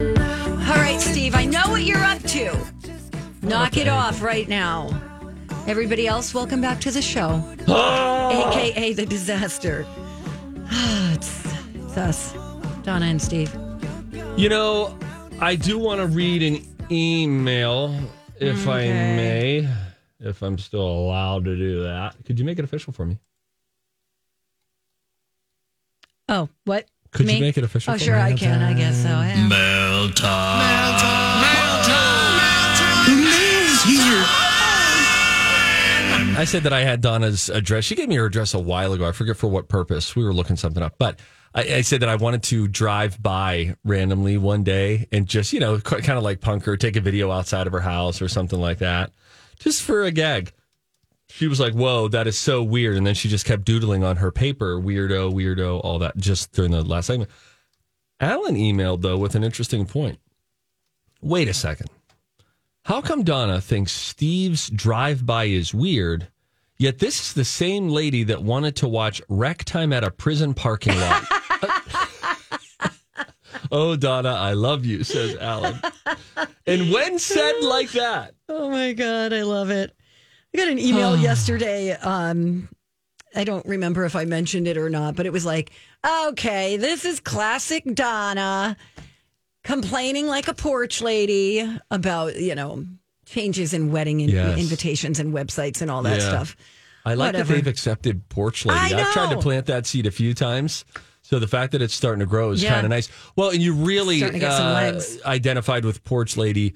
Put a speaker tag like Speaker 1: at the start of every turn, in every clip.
Speaker 1: All right, Steve, I know what you're up to. Knock it off right now. Everybody else, welcome back to the show. AKA the disaster. it's, it's us, Donna and Steve.
Speaker 2: You know, I do want to read an email, if I may, if I'm still allowed to do that. Could you make it official for me?
Speaker 1: Oh, what?
Speaker 2: Could
Speaker 1: Me?
Speaker 2: you make it official?
Speaker 1: Oh,
Speaker 2: for
Speaker 1: sure,
Speaker 2: me?
Speaker 1: I can. I guess so. Yeah.
Speaker 2: I said that I had Donna's address. She gave me her address a while ago. I forget for what purpose. We were looking something up, but I, I said that I wanted to drive by randomly one day and just, you know, kind of like punk her, take a video outside of her house or something like that, just for a gag. She was like, "Whoa, that is so weird," and then she just kept doodling on her paper, weirdo, weirdo, all that, just during the last segment. Alan emailed though with an interesting point. Wait a second. How come Donna thinks Steve's drive by is weird, yet this is the same lady that wanted to watch Wreck Time at a prison parking lot? oh, Donna, I love you, says Alan. And when said like that,
Speaker 1: Oh my god, I love it. I got an email yesterday. Um, I don't remember if I mentioned it or not, but it was like, okay, this is classic Donna complaining like a porch lady about you know changes in wedding in-
Speaker 2: Yes.
Speaker 1: invitations and websites and all that
Speaker 2: Yeah.
Speaker 1: stuff.
Speaker 2: I like
Speaker 1: Whatever.
Speaker 2: that they've accepted porch
Speaker 1: I
Speaker 2: lady. I've tried to
Speaker 1: know.
Speaker 2: plant that seed a few times. So the fact that it's starting to grow is
Speaker 1: Yeah.
Speaker 2: kind of nice. Well, and you really uh,
Speaker 1: Starting to get some legs.
Speaker 2: identified with porch lady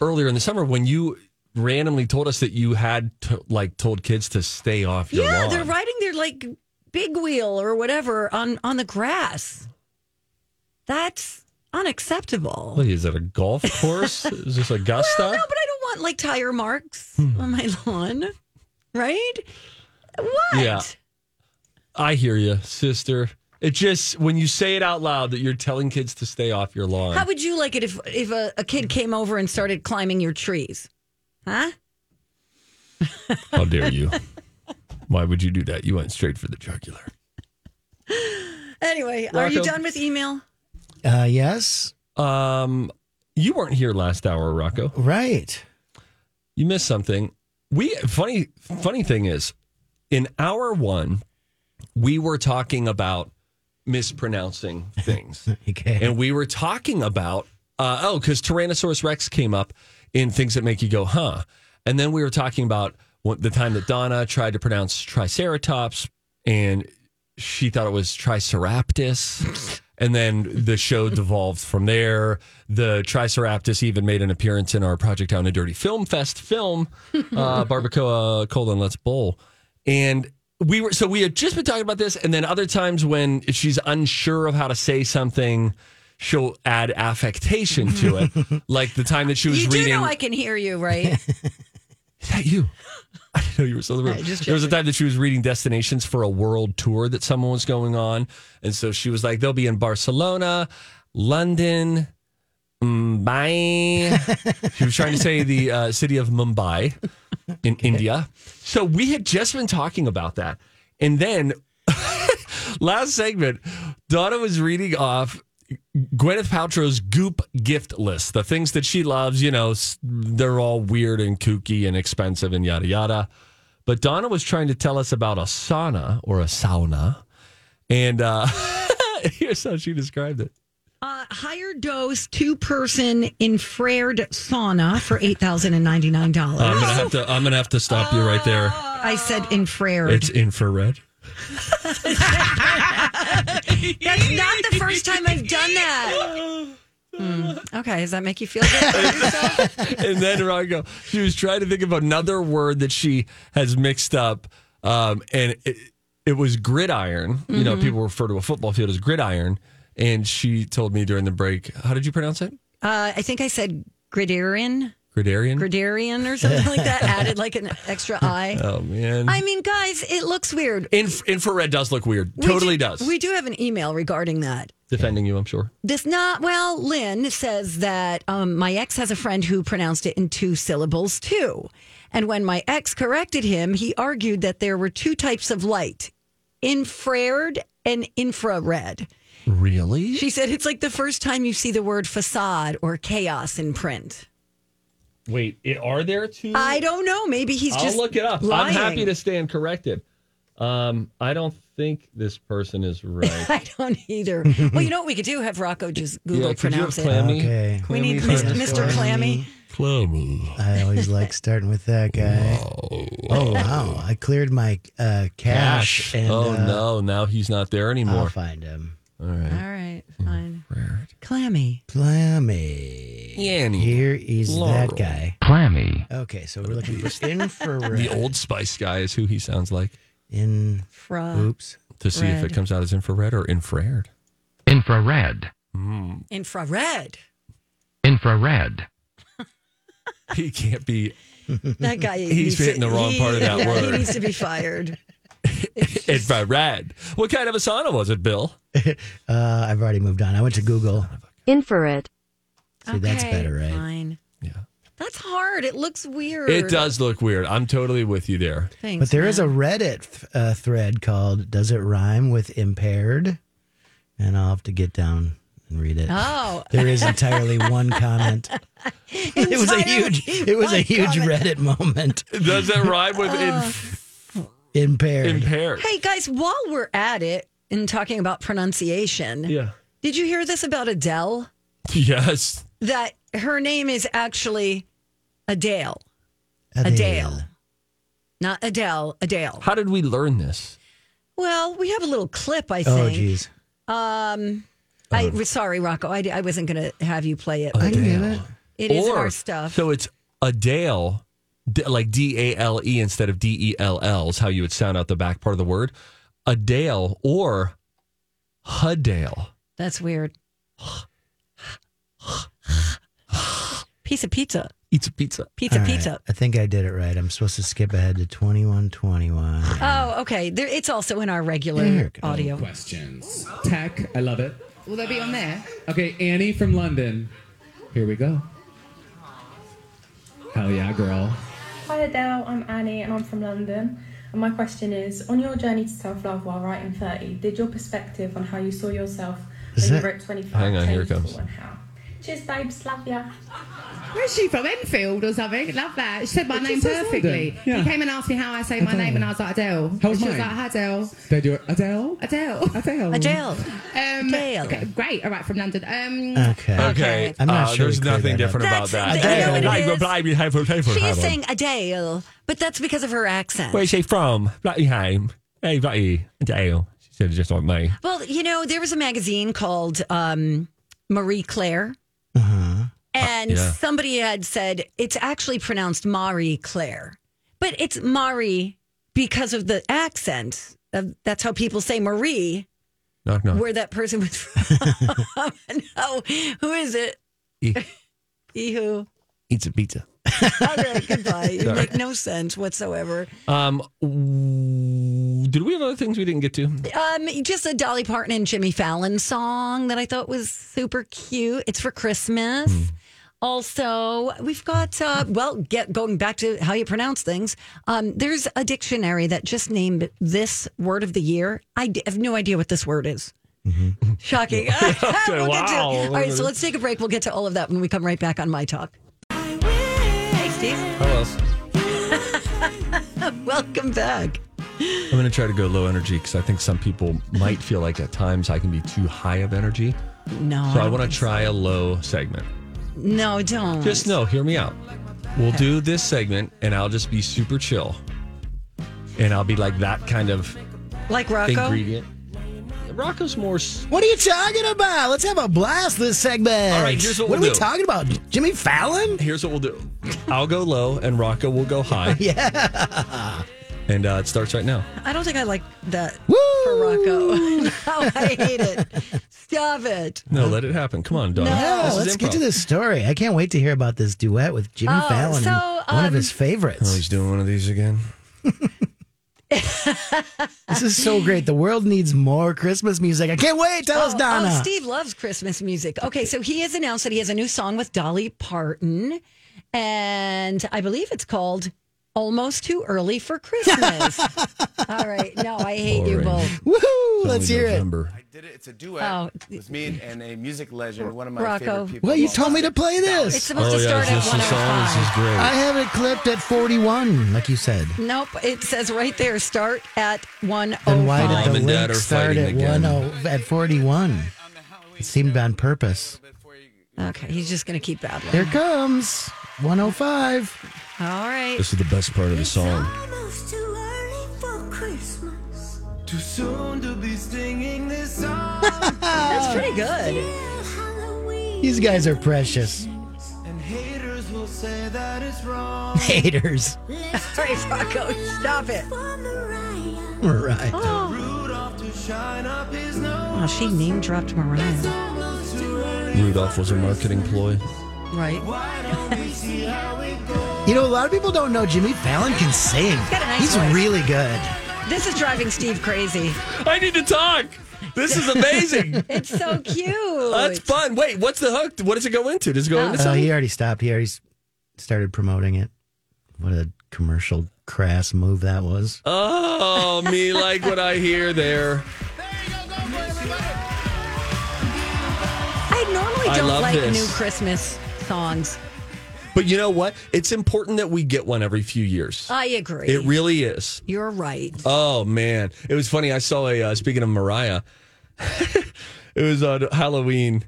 Speaker 2: earlier in the summer when you randomly told us that you had to, like told kids to stay off your
Speaker 1: Yeah,
Speaker 2: lawn.
Speaker 1: they're riding their like big wheel or whatever on on the grass. That's unacceptable.
Speaker 2: What is it? A golf course? is this Augusta?
Speaker 1: Well, no, but I don't want like tire marks
Speaker 2: Hmm.
Speaker 1: on my lawn, right? What?
Speaker 2: Yeah. I hear you, sister. It just when you say it out loud that you're telling kids to stay off your lawn.
Speaker 1: How would you like it if if a, a kid came over and started climbing your trees? Huh?
Speaker 2: How dare you? Why would you do that? You went straight for the jugular.
Speaker 1: Anyway, are you
Speaker 2: Rocco?
Speaker 1: done with email?
Speaker 3: Uh, yes,
Speaker 2: Um, you weren't here last hour, Rocco.
Speaker 3: right.
Speaker 2: You missed something. We funny funny thing is, in hour one, we were talking about mispronouncing things,
Speaker 3: Okay.
Speaker 2: and we were talking about uh, oh, because Tyrannosaurus Rex came up in things that make you go huh, and then we were talking about what, the time that Donna tried to pronounce Triceratops and she thought it was Triceraptus. And then the show devolved from there. The Triceraptus even made an appearance in our Project Down and Dirty Film Fest film, uh, Barbacoa colon Let's Bowl. And we were, so we had just been talking about this. And then other times when she's unsure of how to say something, she'll add affectation to it. like the time that she was
Speaker 1: You do
Speaker 2: reading.
Speaker 1: know I can hear you, right?
Speaker 2: Is that you? I didn't know you were still in the room.
Speaker 1: just
Speaker 2: There was a time that she was reading destinations for a world tour that someone was going on. And so she was like, they'll be in Barcelona, London, Mumbai. she was trying to say the uh, city of Mumbai in India. So we had just been talking about that. And then last segment, Donna was reading off Gwyneth Paltrow's Goop gift list, the things that she loves, you know, s- they're all weird and kooky and expensive and yada yada. But Donna was trying to tell us about a sauna or a sauna. And uh, here's how she described it.
Speaker 1: Uh, higher dose two person infrared sauna for eight thousand and ninety nine dollars.
Speaker 2: I'm gonna have to. I'm gonna have to stop you right there.
Speaker 1: I said infrared.
Speaker 2: It's infrared.
Speaker 1: That's not the first time I've done that. Hmm. Okay, does that make you feel good?
Speaker 2: and then Rocco, she was trying to think of another word that she has mixed up, um, and it, it was gridiron. You
Speaker 1: Mm-hmm.
Speaker 2: know, people refer to a football field as gridiron, and she told me during the break, "How did you pronounce it?"
Speaker 1: Uh, I think I said Gridarian,
Speaker 2: Gridarian.
Speaker 1: Gridarian or something like that. Added like an extra I.
Speaker 2: oh man.
Speaker 1: I mean, guys, it looks weird.
Speaker 2: Inf- infrared does look weird.
Speaker 1: We
Speaker 2: totally
Speaker 1: do-
Speaker 2: does.
Speaker 1: We do have an email regarding that.
Speaker 2: Defending you, I'm sure.
Speaker 1: This not well. Lynn says that um, my ex has a friend who pronounced it in two syllables too, and when my ex corrected him, he argued that there were two types of light: infrared and infrared.
Speaker 2: Really?
Speaker 1: She said it's like the first time you see the word facade or chaos in print.
Speaker 2: Wait, it, are there two?
Speaker 1: I don't know. Maybe he's
Speaker 2: I'll
Speaker 1: just
Speaker 2: look it up. I'm
Speaker 1: lying.
Speaker 2: happy to stand corrected. Um, I don't think this person is right.
Speaker 1: I don't either. well, you know what we could do? Have Rocco just Google
Speaker 2: Yeah, could you have
Speaker 1: pronounce it.
Speaker 2: Clammy?
Speaker 3: Okay.
Speaker 1: We need
Speaker 3: Clammy
Speaker 1: Mr.
Speaker 3: first.
Speaker 1: Mr. Clammy.
Speaker 2: Clammy.
Speaker 3: I always like starting with that guy. Oh wow! I cleared my uh,
Speaker 2: Ash.
Speaker 3: cash, and
Speaker 2: oh
Speaker 3: uh, Oh,
Speaker 2: no, now he's not there
Speaker 3: I'll
Speaker 2: anymore.
Speaker 3: find him.
Speaker 2: All right.
Speaker 1: All right, fine. Clammy.
Speaker 3: Clammy.
Speaker 2: Yanny.
Speaker 3: Here is
Speaker 2: Laurel.
Speaker 3: that guy.
Speaker 4: Clammy.
Speaker 3: Okay, so we're looking for
Speaker 2: The
Speaker 3: infrared.
Speaker 2: old spice guy is who he sounds like.
Speaker 3: In
Speaker 1: Fra.
Speaker 3: oops,
Speaker 2: To see if
Speaker 1: Red.
Speaker 2: it comes out as infrared or infrared. Hmm.
Speaker 4: Infrared.
Speaker 1: Infrared.
Speaker 4: Infrared.
Speaker 2: He can't be
Speaker 1: That guy.
Speaker 2: He's
Speaker 1: needs
Speaker 2: hitting
Speaker 1: to-
Speaker 2: the wrong
Speaker 1: he-
Speaker 2: part of that
Speaker 1: yeah,
Speaker 2: word.
Speaker 1: He needs to be fired.
Speaker 2: infrared. What kind of a sauna was it, Bill?
Speaker 3: uh, I've already moved on. I went to Google.
Speaker 5: infrared,
Speaker 3: See, that's better, right?
Speaker 1: Fine.
Speaker 2: Yeah.
Speaker 1: That's hard. It looks weird.
Speaker 2: It does look weird. I'm totally with you there.
Speaker 1: Thanks,
Speaker 3: But there is a
Speaker 1: Matt.
Speaker 3: Reddit uh, thread called "Does it rhyme with impaired?" And I'll have to get down and read it.
Speaker 1: Oh.
Speaker 3: There is entirely one comment. It was a huge. It was a huge Reddit moment.
Speaker 2: Does that rhyme with inf-
Speaker 3: Impaired.
Speaker 2: impaired?
Speaker 1: Hey guys, while we're at it and talking about pronunciation,
Speaker 2: Yeah.
Speaker 1: did you hear this about Adele?
Speaker 2: Yes.
Speaker 1: That her name is actually Adele,
Speaker 3: Adele.
Speaker 1: Adele. not Adele, Adele.
Speaker 2: How did we learn this?
Speaker 1: Well, we have a little clip, I
Speaker 3: Oh,
Speaker 1: think.
Speaker 3: jeez.
Speaker 1: Um, I sorry, Rocco. I, I wasn't going to have you play it.
Speaker 3: Oh, I
Speaker 1: But
Speaker 3: can get it.
Speaker 1: it is our stuff.
Speaker 2: So it's Adele, d- like D A L E instead of D E L L is how you would sound out the back part of the word. Adele or Hudale.
Speaker 1: That's weird. Piece of pizza.
Speaker 2: Eats a pizza.
Speaker 1: Pizza.
Speaker 3: All right,
Speaker 1: Pizza.
Speaker 3: I think I did it right. I'm supposed to skip ahead to 2121.
Speaker 1: Oh, okay. There, it's also in our regular
Speaker 3: There it goes.
Speaker 1: audio.
Speaker 6: questions. Tech, I love it. Will that be on there? Okay, Annie from London. Here we go. Hell yeah, girl.
Speaker 7: Hi Adele, I'm Annie and I'm from London. And my question is on your journey to self love while writing 30, did your perspective on how you saw yourself
Speaker 3: Is
Speaker 7: when you
Speaker 3: that-
Speaker 7: wrote 25
Speaker 2: Hang on, here it
Speaker 7: change at
Speaker 2: comes.
Speaker 7: all and how? Cheers, babes. Love ya.
Speaker 8: Where's she from? Enfield or something? Love that. She said my name
Speaker 6: says
Speaker 8: perfectly.
Speaker 6: London. Yeah.
Speaker 8: She came and asked me how I say my
Speaker 6: Adele.
Speaker 8: name, and I was like Adele.
Speaker 6: How
Speaker 8: and
Speaker 6: was
Speaker 8: she was
Speaker 6: mine?
Speaker 8: like "Hi, Adele.
Speaker 6: Did I do it? Adele?
Speaker 8: Adele.
Speaker 6: Adele.
Speaker 1: Adele.
Speaker 8: Um,
Speaker 1: Adele.
Speaker 8: g- Great. All right, from London. Um,
Speaker 3: Okay.
Speaker 2: Okay.
Speaker 3: I'm not sure
Speaker 2: Uh, There's
Speaker 3: we cleared
Speaker 2: nothing
Speaker 3: that
Speaker 2: different
Speaker 3: up.
Speaker 2: about that.
Speaker 1: That's- E
Speaker 3: I know what it
Speaker 2: Like,
Speaker 1: is.
Speaker 2: reply me, have a- have a-
Speaker 1: She
Speaker 2: have
Speaker 1: is
Speaker 2: a-
Speaker 1: saying Adele, but that's because of her accent.
Speaker 2: Where's she from? Blackheim. Hey, Blackie. Adele. She said just like me.
Speaker 1: Well, you know, there was a magazine called um, Marie Claire. And
Speaker 2: Uh-huh. Uh, yeah.
Speaker 1: somebody had said it's actually pronounced Marie Claire, but it's Marie because of the accent. Of, that's how people say Marie,
Speaker 2: Knock, knock.
Speaker 1: where that person was from. no, who is it?
Speaker 2: E-
Speaker 1: Ehu.
Speaker 2: Eats a pizza.
Speaker 1: All right, goodbye. You
Speaker 2: Sorry.
Speaker 1: make no sense whatsoever.
Speaker 2: Um, w- did we have other things we didn't get to?
Speaker 1: Um, just a Dolly Parton and Jimmy Fallon song that I thought was super cute. It's for Christmas.
Speaker 2: Hmm.
Speaker 1: Also, we've got uh, well, get going back to how you pronounce things. Um, there's a dictionary that just named this word of the year. I d- have no idea what this word is. Shocking. We'll get to-
Speaker 2: Mm-hmm. wow.
Speaker 1: all right, so let's take a break. We'll get to all of that when we come right back on my talk. Hey, Steve.
Speaker 2: What else?
Speaker 1: Welcome back.
Speaker 2: I'm going to try to go low energy because I think some people might feel like at times I can be too high of energy.
Speaker 1: No,
Speaker 2: So I
Speaker 1: don't
Speaker 2: want
Speaker 1: think
Speaker 2: to
Speaker 1: so.
Speaker 2: try a low segment.
Speaker 1: No, don't.
Speaker 2: Just no, hear me out. We'll do this segment and I'll just be super chill. And I'll be like that kind of
Speaker 1: like Rocco.
Speaker 2: ingredient. Rocco's more. s-
Speaker 3: What are you talking about? Let's have a blast this segment.
Speaker 2: All right, here's what
Speaker 3: are
Speaker 2: we'll
Speaker 3: we
Speaker 2: do.
Speaker 3: talking about? Jimmy Fallon?
Speaker 2: Here's what we'll do I'll go low and Rocco will go high. yeah. and uh, it starts right now.
Speaker 1: I don't think I like that for Rocco. no, I hate it. Stop it.
Speaker 2: No, let it happen. Come on, Donna.
Speaker 1: No,
Speaker 2: This
Speaker 3: Oh,
Speaker 2: is
Speaker 3: let's get
Speaker 2: improv.
Speaker 3: to this story. I can't wait to hear about this duet with Jimmy
Speaker 1: Oh,
Speaker 3: Fallon, and
Speaker 1: so,
Speaker 3: one of
Speaker 1: um,
Speaker 3: his
Speaker 2: Oh,
Speaker 3: favorites.
Speaker 2: he's doing one of these again.
Speaker 3: This is so great. The world needs more Christmas music. I can't wait. Tell us,
Speaker 1: Oh,
Speaker 3: Donna.
Speaker 1: Oh, Steve loves Christmas music. Okay, so he has announced that he has a new song with Dolly Parton, and I believe it's called "Almost Too Early for Christmas." All right, no, I hate you
Speaker 2: Boring.
Speaker 1: both.
Speaker 3: Woohoo! Let's
Speaker 2: Only
Speaker 3: hear it.
Speaker 2: November.
Speaker 5: did it. It's a duet
Speaker 1: Oh.
Speaker 5: with me and a music legend, one of my
Speaker 1: Rocco.
Speaker 5: favorite people.
Speaker 3: Well, you
Speaker 5: of all
Speaker 3: told me to
Speaker 5: time.
Speaker 3: play
Speaker 1: It's
Speaker 3: this.
Speaker 1: supposed to start at
Speaker 2: Oh, this
Speaker 1: one oh
Speaker 2: the song? This is great.
Speaker 3: I have it clipped at 41, like you said.
Speaker 1: Nope, it says right there, start at one oh
Speaker 3: Then why
Speaker 2: Mom
Speaker 3: did
Speaker 1: five.
Speaker 3: the
Speaker 2: and Dad
Speaker 3: link
Speaker 2: are
Speaker 3: start
Speaker 2: fighting
Speaker 3: at
Speaker 2: again.
Speaker 3: 10 at 41? It seemed on purpose.
Speaker 1: Okay, he's just gonna keep that
Speaker 3: Here
Speaker 1: one.
Speaker 3: it comes 105.
Speaker 1: All right.
Speaker 2: This is the best part of the song.
Speaker 9: Almost too early for Christmas.
Speaker 5: Too soon to be singing this song
Speaker 1: That's pretty good.
Speaker 9: Feel Halloween.
Speaker 3: These guys are precious
Speaker 5: and haters will say that it's wrong.
Speaker 3: haters.
Speaker 1: All right, Rocco, stop it.
Speaker 9: For Mariah.
Speaker 3: All right.
Speaker 5: Rudolph to shine up his nose.
Speaker 1: Oh, she name dropped Mariah.
Speaker 9: Almost too early.
Speaker 2: Rudolph was a marketing ploy.
Speaker 1: Right.
Speaker 3: You know, a lot of people don't know Jimmy Fallon can sing.
Speaker 1: got a nice
Speaker 3: He's
Speaker 1: voice.
Speaker 3: really good.
Speaker 1: This is driving Steve crazy.
Speaker 2: I need to talk. This is amazing.
Speaker 1: It's so cute.
Speaker 2: That's fun. Wait, what's the hook? What does it go into? Does it go into
Speaker 3: Oh,
Speaker 2: something?
Speaker 3: he already stopped. He already s- started promoting it. What a commercial crass move that was.
Speaker 2: Oh, me like what I hear there.
Speaker 1: I normally
Speaker 2: I
Speaker 1: don't
Speaker 2: love
Speaker 1: like
Speaker 2: this.
Speaker 1: new Christmas songs.
Speaker 2: But you know what? It's important that we get one every few years.
Speaker 1: I agree.
Speaker 2: It really is.
Speaker 1: You're right.
Speaker 2: Oh man, it was funny. I saw a uh, speaking of Mariah, it was on Halloween,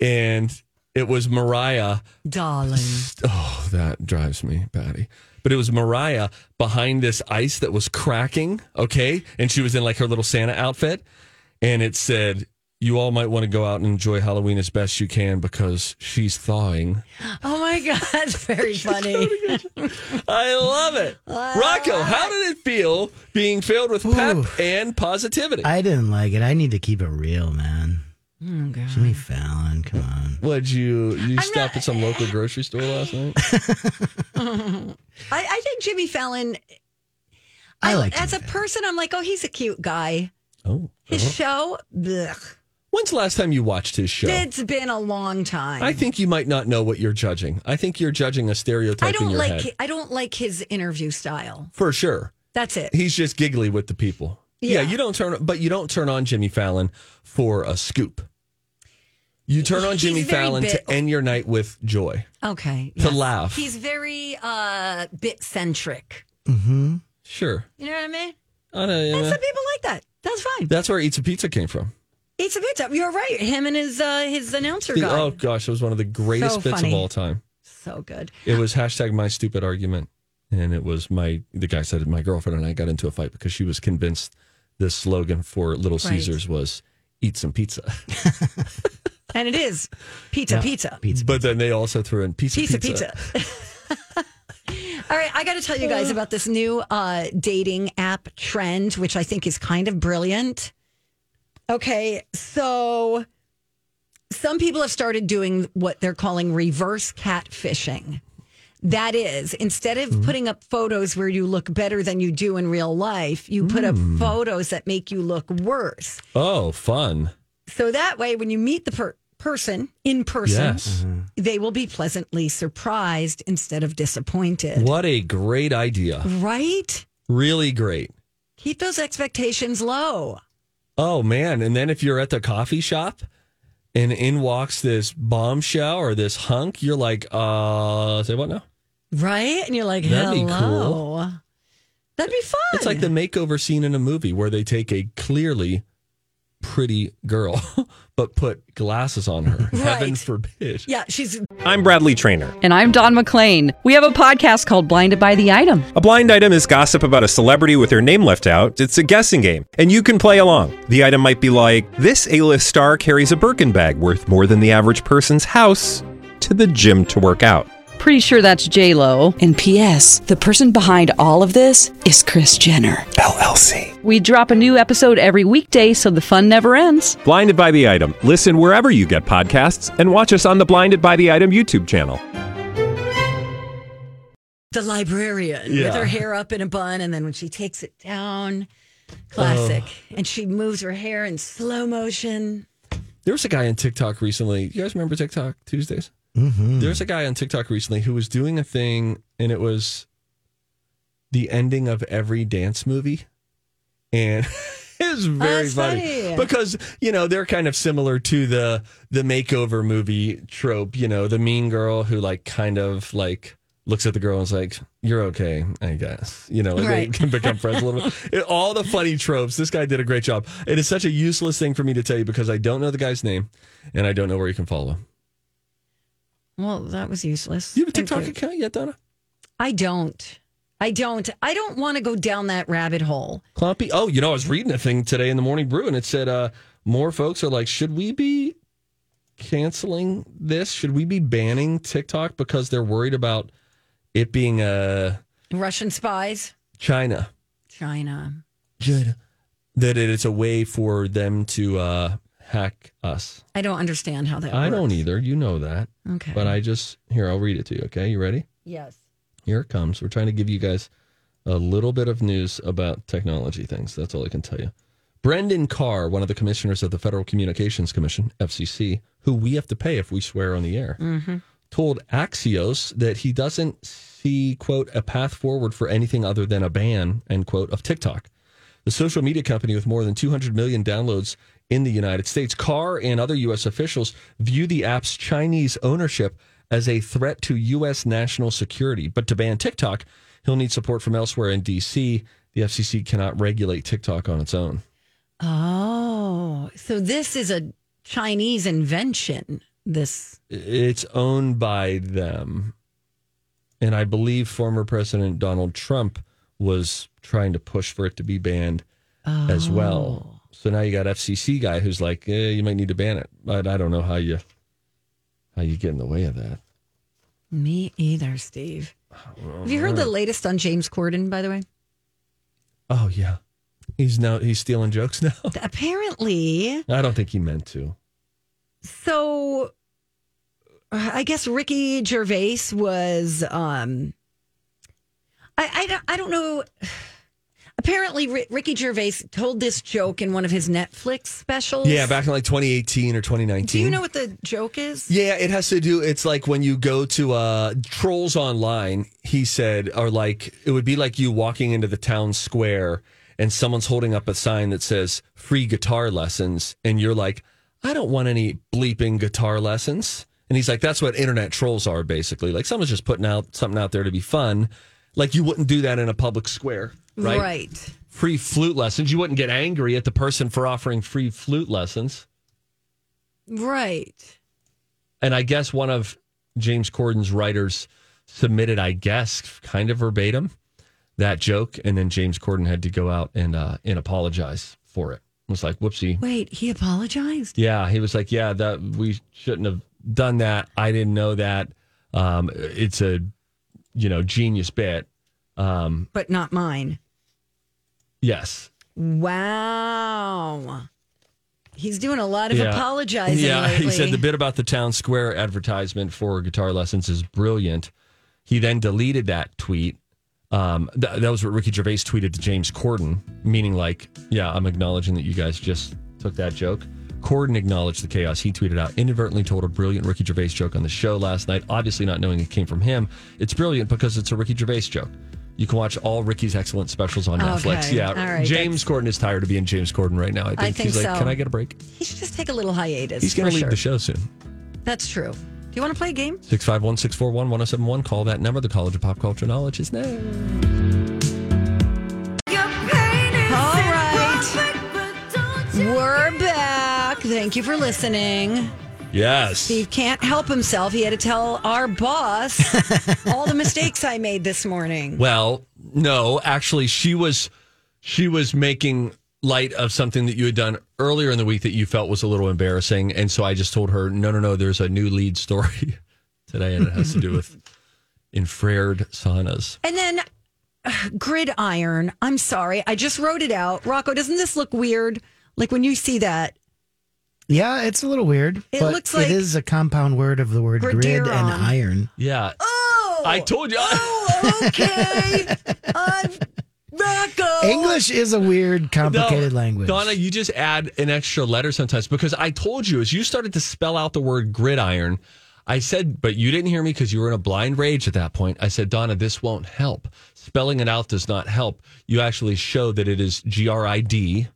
Speaker 2: and it was Mariah.
Speaker 1: Darling.
Speaker 2: Oh, that drives me batty. But it was Mariah behind this ice that was cracking. Okay, and she was in like her little Santa outfit, and it said. You all might want to go out and enjoy Halloween as best you can because she's thawing.
Speaker 1: Oh my God. That's very funny.
Speaker 2: I love it. Rocco, how did it feel being filled with pep and positivity?
Speaker 3: I didn't like it. I need to keep it real, man.
Speaker 1: Oh,
Speaker 3: Jimmy Fallon, come on.
Speaker 2: Would you you stop at some local grocery store last night?
Speaker 1: I, I think Jimmy Fallon, oh,
Speaker 3: I, like
Speaker 1: as
Speaker 3: Jimmy
Speaker 1: a person, I'm like, oh, he's a cute guy.
Speaker 2: Oh,
Speaker 1: His show, blech.
Speaker 2: when's the last time you watched his show?
Speaker 1: it's been a long time.
Speaker 2: I think you might not know what you're judging. I think you're judging a stereotype
Speaker 1: I
Speaker 2: in
Speaker 1: don't
Speaker 2: your
Speaker 1: like
Speaker 2: head
Speaker 1: I don't like his interview style.
Speaker 2: for sure.
Speaker 1: That's it.
Speaker 2: He's just giggly with the people. Yeah.
Speaker 1: Yeah.
Speaker 2: you don't turn, but you don't turn on Jimmy Fallon for a scoop. You turn on
Speaker 1: He's
Speaker 2: Jimmy
Speaker 1: very
Speaker 2: Fallon
Speaker 1: bit-
Speaker 2: to end your night with joy,
Speaker 1: okay.
Speaker 2: to
Speaker 1: yes.
Speaker 2: laugh.
Speaker 1: He's very uh bit centric.
Speaker 2: sure.
Speaker 1: You know what I mean?
Speaker 2: I know, yeah.
Speaker 1: And some people like that. That's fine.
Speaker 2: That's where Eats a Pizza came from.
Speaker 1: It's a bit tough. You're right. Him and his uh his announcer
Speaker 2: The-
Speaker 1: guy.
Speaker 2: oh gosh, it was one of the greatest
Speaker 1: So
Speaker 2: bits
Speaker 1: funny.
Speaker 2: of all time.
Speaker 1: So good.
Speaker 2: It was hashtag my stupid argument. And it was my, the guy said, my girlfriend and I got into a fight because she was convinced the slogan for Little
Speaker 1: Right.
Speaker 2: Caesars was eat some pizza.
Speaker 1: And it is pizza, pizza,
Speaker 3: Pizza.
Speaker 2: But then they also threw in pizza,
Speaker 1: pizza,
Speaker 2: pizza.
Speaker 1: pizza. All right, I got to tell you guys about this new uh, dating app trend, which I think is kind of brilliant. Okay, so some people have started doing what they're calling reverse catfishing. That is, instead of putting up photos where you look better than you do in real life, you put up photos that make you look worse.
Speaker 2: Oh, fun.
Speaker 1: So that way, when you meet the per- person in person,
Speaker 2: Yes.
Speaker 1: they will be pleasantly surprised instead of disappointed.
Speaker 2: What a great idea.
Speaker 1: Right?
Speaker 2: Really great.
Speaker 1: Keep those expectations low.
Speaker 2: Oh, man. And then if you're at the coffee shop and in walks this bombshell or this hunk, you're like, uh, say what now?
Speaker 1: Right? And you're like,
Speaker 2: That'd be
Speaker 1: hello. That'd be fun.
Speaker 2: It's like the makeover scene in a movie where they take a clearly pretty girl but put glasses on her. Heaven
Speaker 1: Right.
Speaker 2: forbid.
Speaker 1: yeah, she's
Speaker 10: I'm Bradley Trainer.
Speaker 8: And I'm Don McClain. We have a podcast called Blinded by the Item.
Speaker 10: A blind item is gossip about a celebrity with their name left out. It's a guessing game, and you can play along. The item might be like this: A-list star carries a Birkin bag worth more than the average person's house to the gym to work out.
Speaker 11: pretty sure that's J Lo. And P.S. The person behind all of this is Chris Jenner LLC. We drop a new episode every weekday, so the fun never ends.
Speaker 10: Blinded by the Item. Listen wherever you get podcasts and watch us on the Blinded by the Item YouTube channel.
Speaker 1: the librarian with
Speaker 10: Yeah.
Speaker 1: her hair up in a bun, and then when she takes it down, classic. And she moves her hair in slow motion.
Speaker 2: There was a guy on TikTok recently. You guys remember TikTok Tuesdays?
Speaker 3: Mhm.
Speaker 2: There's a guy on TikTok recently who was doing a thing, and it was the ending of every dance movie, and it was very
Speaker 12: Oh, that's
Speaker 2: funny.
Speaker 12: funny.
Speaker 2: because you know they're kind of similar to the the makeover movie trope. You know, the mean girl who like kind of like looks at the girl and is like, "You're okay, I guess." You know, and
Speaker 12: Right.
Speaker 2: they can become friends a little bit. It- all the funny tropes. This guy did a great job. It is such a useless thing for me to tell you because I don't know the guy's name, and I don't know where you can follow him.
Speaker 1: Well, that was useless.
Speaker 2: You have a TikTok account yet, Donna?
Speaker 1: I don't. I don't. I don't want to go down that rabbit hole.
Speaker 2: Clumpy. Oh, you know, I was reading a thing today in the morning brew, and it said uh, more folks are like, should we be canceling this? Should we be banning TikTok because they're worried about it being uh,
Speaker 1: Russian spies,
Speaker 2: China?
Speaker 1: China.
Speaker 2: China. That it is a way for them to uh, hack us.
Speaker 1: I don't understand how that
Speaker 2: I
Speaker 1: works.
Speaker 2: don't either. You know that.
Speaker 1: Okay.
Speaker 2: But I just, here, I'll read it to you. Okay. You ready?
Speaker 1: Yes.
Speaker 2: Here it comes. We're trying to give you guys a little bit of news about technology things. That's all I can tell you. Brendan Carr, one of the commissioners of the Federal Communications Commission, FCC, who we have to pay if we swear on the air,
Speaker 12: Mhm.
Speaker 2: told Axios that he doesn't see, quote, a path forward for anything other than a ban, end quote, of TikTok. The social media company with more than 200 million downloads in the United States, Carr and other U.S. officials view the app's Chinese ownership as a threat to U.S. national security. But to ban TikTok, he'll need support from elsewhere in D.C. The FCC cannot regulate TikTok on its own.
Speaker 1: Oh, so this is a Chinese invention. This
Speaker 2: It's owned by them. And I believe former President Donald Trump was trying to push for it to be banned
Speaker 1: Oh.
Speaker 2: as well. So now you got FCC guy who's like, eh, you might need to ban it, but I don't know how you how you get in the way of that.
Speaker 1: me either, Steve. Have you heard the latest on James Corden, by the way?
Speaker 2: Oh yeah, he's now he's stealing jokes now.
Speaker 1: Apparently,
Speaker 2: I don't think he meant to.
Speaker 1: so uh, I guess Ricky Gervais was. Um, I I don't, I don't know. Apparently, Ri Ricky Gervais told this joke in one of his Netflix specials.
Speaker 2: Yeah, back in like 2018 or 2019.
Speaker 1: Do you know what the joke is?
Speaker 2: Yeah, it has to do. It's like when you go to uh, trolls online. He said, or like it would be like you walking into the town square and someone's holding up a sign that says "free guitar lessons," and you're like, "I don't want any bleeping guitar lessons." And he's like, "That's what internet trolls are, basically. Like someone's just putting out something out there to be fun. Like you wouldn't do that in a public square, right?
Speaker 1: right.
Speaker 2: Free flute lessons. You wouldn't get angry at the person for offering free flute lessons."
Speaker 1: Right.
Speaker 2: and I guess one of James Corden's writers submitted, I guess, kind of verbatim that joke, and then James Corden had to go out and uh, and apologize for it. It was like, whoopsie.
Speaker 1: Wait, he apologized?
Speaker 2: Yeah, he was like, yeah, that we shouldn't have done that. I didn't know that. Um, it's a you know genius bit. Um,
Speaker 1: But not mine.
Speaker 2: yes,
Speaker 1: Wow. He's doing a lot of apologizing
Speaker 2: Yeah,
Speaker 1: lately.
Speaker 2: he said the bit about the town square advertisement for guitar lessons is brilliant. He then deleted that tweet. Um, th- that was what Ricky Gervais tweeted to James Corden, meaning like, yeah, I'm acknowledging that you guys just took that joke. Corden acknowledged the chaos. He tweeted out, inadvertently told a brilliant Ricky Gervais joke on the show last night, obviously not knowing it came from him. It's brilliant because it's a Ricky Gervais joke. You can watch all Ricky's excellent specials on
Speaker 1: Okay,
Speaker 2: Netflix. Yeah,
Speaker 1: all right,
Speaker 2: James Corden is tired of being James Corden right now. I think,
Speaker 1: I think
Speaker 2: he's like,
Speaker 1: so.
Speaker 2: can I get a break?
Speaker 1: he should just take a little hiatus.
Speaker 2: He's going
Speaker 1: for
Speaker 2: to leave
Speaker 1: sure.
Speaker 2: the show soon.
Speaker 1: That's true. Do you want to play a game?
Speaker 2: 651 641 1071. Call that number. The College of Pop Culture Knowledge is now.
Speaker 1: All right. We're back. Thank you for listening.
Speaker 2: Yes.
Speaker 1: Steve can't help himself. He had to tell our boss all the mistakes I made this morning.
Speaker 2: Well, no, actually, she was she was making light of something that you had done earlier in the week that you felt was a little embarrassing, and so I just told her, no, no, no. There's a new lead story today, and it has to do with infrared saunas.
Speaker 1: And then ugh, gridiron. I'm sorry. I just wrote it out. Rocco, doesn't this look weird? Like when you see that,
Speaker 3: Yeah, it's a little weird.
Speaker 1: It
Speaker 3: but
Speaker 1: looks like- um,
Speaker 3: it is a compound word of the word grid and
Speaker 1: Gridiron.
Speaker 3: iron.
Speaker 2: Yeah.
Speaker 1: Oh,
Speaker 2: I told you.
Speaker 1: Rocco.
Speaker 3: English is a weird, complicated
Speaker 2: No,
Speaker 3: language.
Speaker 2: Donna, you just add an extra letter sometimes because I told you as you started to spell out the word gridiron, I said, but you didn't hear me because you were in a blind rage at that point. I said, Donna, this won't help. Spelling it out does not help. You actually show that it is G R I D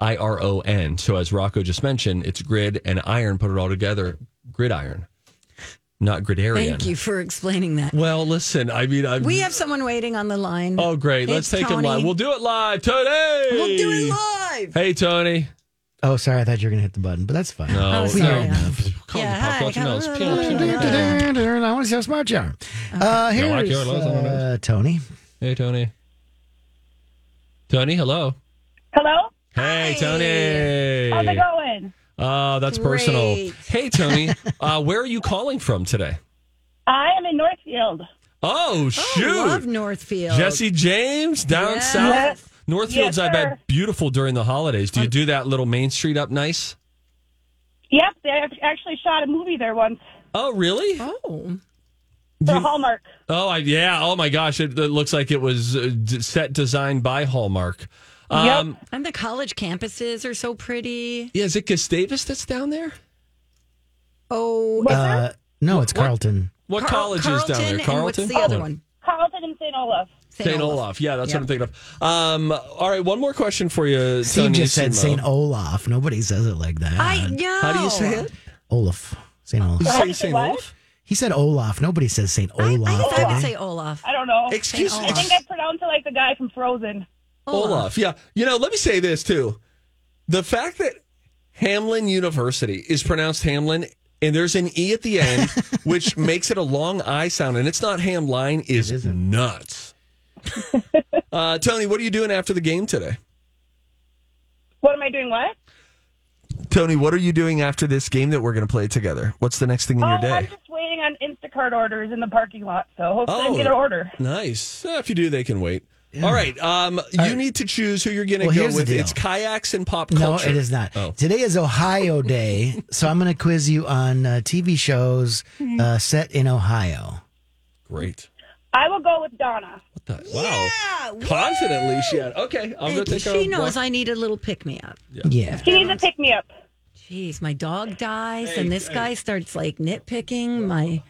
Speaker 2: I R O N. So as Rocco just mentioned, it's grid and iron. Put it all together, gridiron, not gridarian.
Speaker 1: Thank you for explaining that.
Speaker 2: Well, listen, I mean, I'm.
Speaker 1: We have someone waiting on the line.
Speaker 2: oh, great.
Speaker 1: It's
Speaker 2: Let's take
Speaker 1: Tony.
Speaker 2: it live. We'll do it live, Tony.
Speaker 1: We'll do it live.
Speaker 2: Hey, Tony.
Speaker 3: oh, sorry. I thought you were going to hit the button, but that's fine.
Speaker 2: Oh, No,
Speaker 3: We
Speaker 2: no.
Speaker 3: are enough.
Speaker 2: Call
Speaker 1: Oh, Yeah,
Speaker 2: the pop
Speaker 1: hi,
Speaker 2: culture
Speaker 1: come
Speaker 2: knows.
Speaker 1: on.
Speaker 2: Pew, pew, pew, pew.
Speaker 3: I want to see how smart you are. Uh,
Speaker 2: Yeah, like
Speaker 3: here's
Speaker 2: your last one.
Speaker 3: uh, Tony.
Speaker 2: Hey, Tony. Tony, hello.
Speaker 12: Hello?
Speaker 2: Hey, Tony.
Speaker 12: How's it going?
Speaker 2: Oh, that's personal.
Speaker 12: Great.
Speaker 2: Hey, Tony. uh, where are you calling from today?
Speaker 12: I am in Northfield.
Speaker 2: Oh, shoot.
Speaker 1: Love Northfield.
Speaker 2: Jesse James down
Speaker 1: Yes.
Speaker 2: south.
Speaker 12: Yes.
Speaker 2: Northfield's,
Speaker 12: Yes,
Speaker 2: I
Speaker 12: sir.
Speaker 2: bet, beautiful during the holidays. Do you do that little Main Street up nice?
Speaker 12: Yep, they act- actually shot a movie there once
Speaker 2: Oh, really?
Speaker 1: Oh.
Speaker 12: for Hallmark.
Speaker 2: Oh, I, yeah. Oh my gosh, it, it looks like it was uh, d- set designed by Hallmark. Um,
Speaker 1: And the college campuses are so pretty.
Speaker 2: Yeah, is it Gustavus that's down there?
Speaker 1: Oh,
Speaker 3: Uh, no, it's Carlton.
Speaker 2: What
Speaker 1: Carl-
Speaker 2: college is down
Speaker 1: Carleton,
Speaker 2: there?
Speaker 1: and what's
Speaker 2: Carleton.
Speaker 1: the other one?
Speaker 12: Carlton and St. Olaf.
Speaker 2: St. Olaf. Yeah, that's
Speaker 1: Yeah.
Speaker 2: what I'm thinking of. Um, all right, one more question for you.
Speaker 3: Steve
Speaker 2: Tony
Speaker 3: just said
Speaker 2: Simo.
Speaker 3: St. Olaf. Nobody says it like that.
Speaker 1: I know.
Speaker 2: How do you say it?
Speaker 3: Olaf. St.
Speaker 2: You
Speaker 3: Olaf.
Speaker 2: say St. Olaf?
Speaker 3: He said Olaf. Nobody says St. Olaf.
Speaker 1: I think I
Speaker 3: do
Speaker 1: would
Speaker 3: they?
Speaker 1: say Olaf.
Speaker 12: I don't know.
Speaker 2: Excuse
Speaker 12: Oh, I
Speaker 2: me.
Speaker 12: think I pronounced it like the guy from Frozen.
Speaker 2: Olaf. Yeah. You know, let me say this too. The fact that Hamlin University is pronounced Hamlin and there's an E at the end, which makes it a long I sound, and it's not Hamline, is nuts. uh, Tony, what are you doing after the game today?
Speaker 12: What am I doing? What?
Speaker 2: Tony, what are you doing after this game that we're going to play together? What's the next thing in
Speaker 12: oh,
Speaker 2: your day?
Speaker 12: I'm just waiting on Instacart orders in the parking lot, so hopefully I
Speaker 2: Oh.
Speaker 12: can get an order.
Speaker 2: Nice. Eh, if you do, they can wait. All right. Um, you need to choose who you're going to
Speaker 3: Well,
Speaker 2: go
Speaker 3: here's the
Speaker 2: with.
Speaker 3: deal.
Speaker 2: It's kayaks and pop
Speaker 3: No,
Speaker 2: culture.
Speaker 3: it is not.
Speaker 2: Oh.
Speaker 3: Today is Ohio Day, so I'm going to quiz you on uh, TV shows uh, set in Ohio.
Speaker 2: Great.
Speaker 12: I will go with Donna.
Speaker 2: What the? Wow. Confidently, she had. Okay, I'll go
Speaker 1: Thank you.
Speaker 2: take a
Speaker 1: She knows
Speaker 2: walk.
Speaker 1: I need a little pick me up.
Speaker 3: Yeah.
Speaker 12: She needs a pick me up.
Speaker 1: Jeez, my dog dies, and this guy starts like nitpicking my.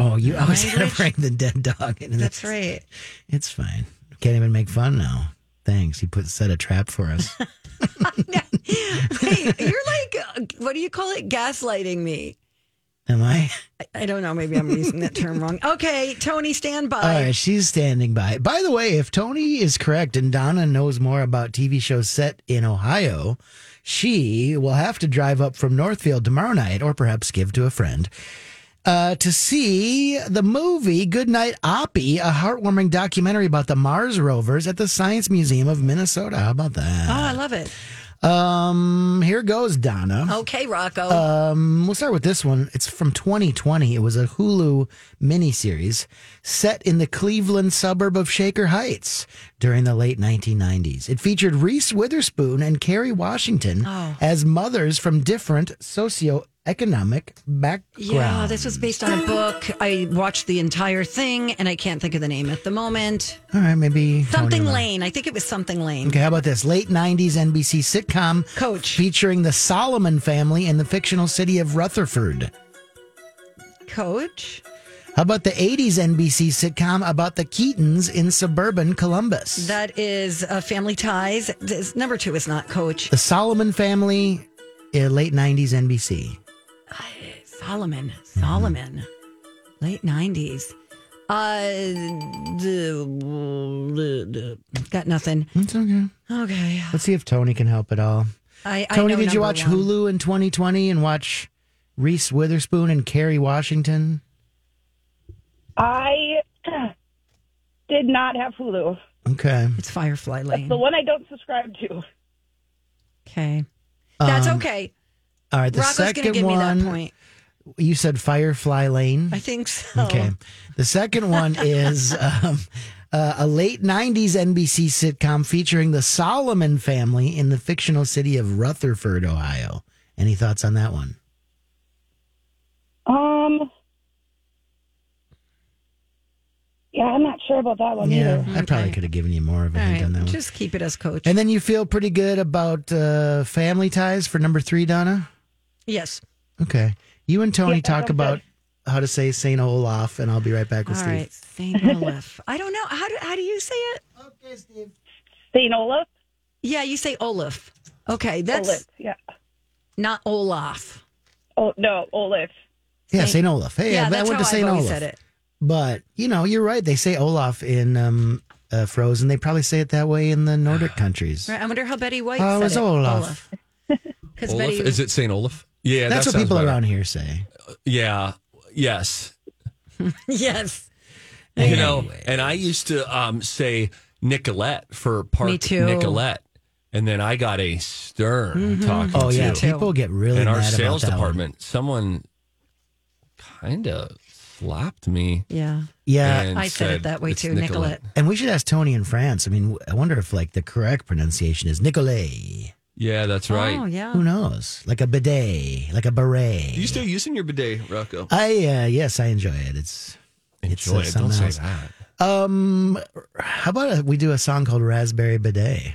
Speaker 3: Oh, you always had to
Speaker 1: Language?
Speaker 3: bring the dead dog in.
Speaker 1: That's
Speaker 3: this.
Speaker 1: right.
Speaker 3: It's fine. Can't even make fun now. Thanks. He put set a trap for us.
Speaker 1: Hey, you're like, uh, what do you call it? Gaslighting me.
Speaker 3: Am I?
Speaker 1: I- I don't know. Maybe I'm using that term wrong. Okay, Tony, stand by.
Speaker 3: All right, she's standing by. By the way, if Tony is correct and Donna knows more about TV shows set in Ohio, she will have to drive up from Northfield tomorrow night, or perhaps give to a friend, uh, to see the movie Goodnight Oppie, a heartwarming documentary about the Mars rovers at the Science Museum of Minnesota. How about
Speaker 1: Oh,
Speaker 3: that?
Speaker 1: I love it.
Speaker 3: Um, here goes Donna.
Speaker 1: Okay, Rocco.
Speaker 3: Um, we'll start with this one. It's from 2020. It was a Hulu miniseries set in the Cleveland suburb of Shaker Heights during the late 1990s. It featured Reese Witherspoon and Kerry Washington
Speaker 1: Oh.
Speaker 3: as mothers from different socioeconomic backgrounds.
Speaker 1: yeah, this was based on a book. I watched the entire thing, and I can't think of the name at the moment.
Speaker 3: All right, maybe Tony
Speaker 1: Something
Speaker 3: will.
Speaker 1: Lane. I think it was Something Lane.
Speaker 3: Okay, how about this? Late 90s NBC sitcom
Speaker 1: Coach.
Speaker 3: featuring the Solomon family in the fictional city of Rutherford.
Speaker 1: Coach.
Speaker 3: How about the 80s NBC sitcom about the Keatons in suburban Columbus?
Speaker 1: That is uh, Family Ties. This- number two is not Coach
Speaker 3: the Solomon Family, uh, late 90s NBC.
Speaker 1: Solomon. Solomon. Late nineties. Uh, the- got nothing.
Speaker 3: It's okay.
Speaker 1: Okay.
Speaker 3: Let's see if Tony can help at all.
Speaker 1: I, I
Speaker 3: Tony,
Speaker 1: know
Speaker 3: did you
Speaker 1: number
Speaker 3: watch
Speaker 1: one.
Speaker 3: Hulu in 2020 and watch Reese Witherspoon and Kerry Washington?
Speaker 12: I did not have Hulu.
Speaker 3: Okay.
Speaker 1: It's Firefly Lane.
Speaker 12: The one I don't subscribe to.
Speaker 1: Okay. That's
Speaker 3: Um,
Speaker 1: okay.
Speaker 3: All right. The
Speaker 1: Rocco's going to
Speaker 3: Um, second
Speaker 1: give me
Speaker 3: one
Speaker 1: that point.
Speaker 3: You said Firefly Lane.
Speaker 1: I think so.
Speaker 3: Okay. The second one is um, uh, a late 90s NBC sitcom featuring the Solomon family in the fictional city of Rutherford, Ohio. Any thoughts on that one?
Speaker 12: Um. Yeah, I'm not sure about that one
Speaker 3: yeah,
Speaker 12: either.
Speaker 3: I probably could have given you more of a
Speaker 1: All
Speaker 3: hint
Speaker 1: right.
Speaker 3: on that one.
Speaker 1: Just keep it as coach.
Speaker 3: and then you feel pretty good about uh, family ties for number three, Donna?
Speaker 1: yes.
Speaker 3: Okay. You and Tony
Speaker 1: Yeah,
Speaker 3: talk
Speaker 1: sounds
Speaker 3: about how to say St. Olaf, and I'll be right back
Speaker 1: All
Speaker 3: with Steve.
Speaker 1: right. St. Olaf. I don't know. How do, how do you say it?
Speaker 3: Okay, Steve.
Speaker 12: St. Olaf?
Speaker 1: Yeah, you say Olaf. Okay, that's
Speaker 12: Olaf, yeah.
Speaker 1: not Olaf.
Speaker 12: Oh no, Olaf.
Speaker 3: Yeah, St. Olaf. Hey,
Speaker 1: yeah,
Speaker 3: I, I
Speaker 1: that's
Speaker 3: went
Speaker 1: how
Speaker 3: to
Speaker 1: I've
Speaker 3: St.
Speaker 1: always
Speaker 3: Olaf.
Speaker 1: said it.
Speaker 3: But you know, you're right. They say Olaf in um, uh, Frozen. They probably say it that way in the Nordic countries.
Speaker 1: Right, I wonder how Betty White
Speaker 3: How
Speaker 1: said
Speaker 3: is
Speaker 1: it.
Speaker 3: Oh, Olaf?
Speaker 1: Because
Speaker 2: Olaf?
Speaker 1: Betty,
Speaker 2: Is it St. Olaf? Yeah,
Speaker 3: That's
Speaker 2: that
Speaker 3: what
Speaker 2: sounds
Speaker 3: people
Speaker 2: better.
Speaker 3: around here say.
Speaker 2: Yeah. Yes.
Speaker 1: yes,
Speaker 2: You know, and I used to um, say Nicolette for Park
Speaker 1: Me too.
Speaker 2: Nicolette. And then I got a stern
Speaker 1: Mm-hmm.
Speaker 3: Mhm.
Speaker 2: talking
Speaker 3: Oh, yeah,
Speaker 2: to.
Speaker 3: people get really
Speaker 2: In our
Speaker 3: mad about
Speaker 2: sales
Speaker 3: that one.
Speaker 2: department, someone kind of slapped me.
Speaker 1: Yeah.
Speaker 3: Yeah,
Speaker 2: and
Speaker 1: I said it that way
Speaker 2: "It's
Speaker 1: too, Nicolette.
Speaker 3: And we should ask Tony in France. I mean, w- I wonder if like the correct pronunciation is Nicolet.
Speaker 2: Yeah, that's right.
Speaker 1: Oh yeah.
Speaker 3: Who knows? Like a bidet, like a beret.
Speaker 2: You still using your bidet, Rocco?
Speaker 3: I uh, yes, I enjoy it. It's it's uh,
Speaker 2: Enjoy it. Don't
Speaker 3: something
Speaker 2: say
Speaker 3: else.
Speaker 2: that.
Speaker 3: Um, how about a, we do a song called Raspberry Bidet?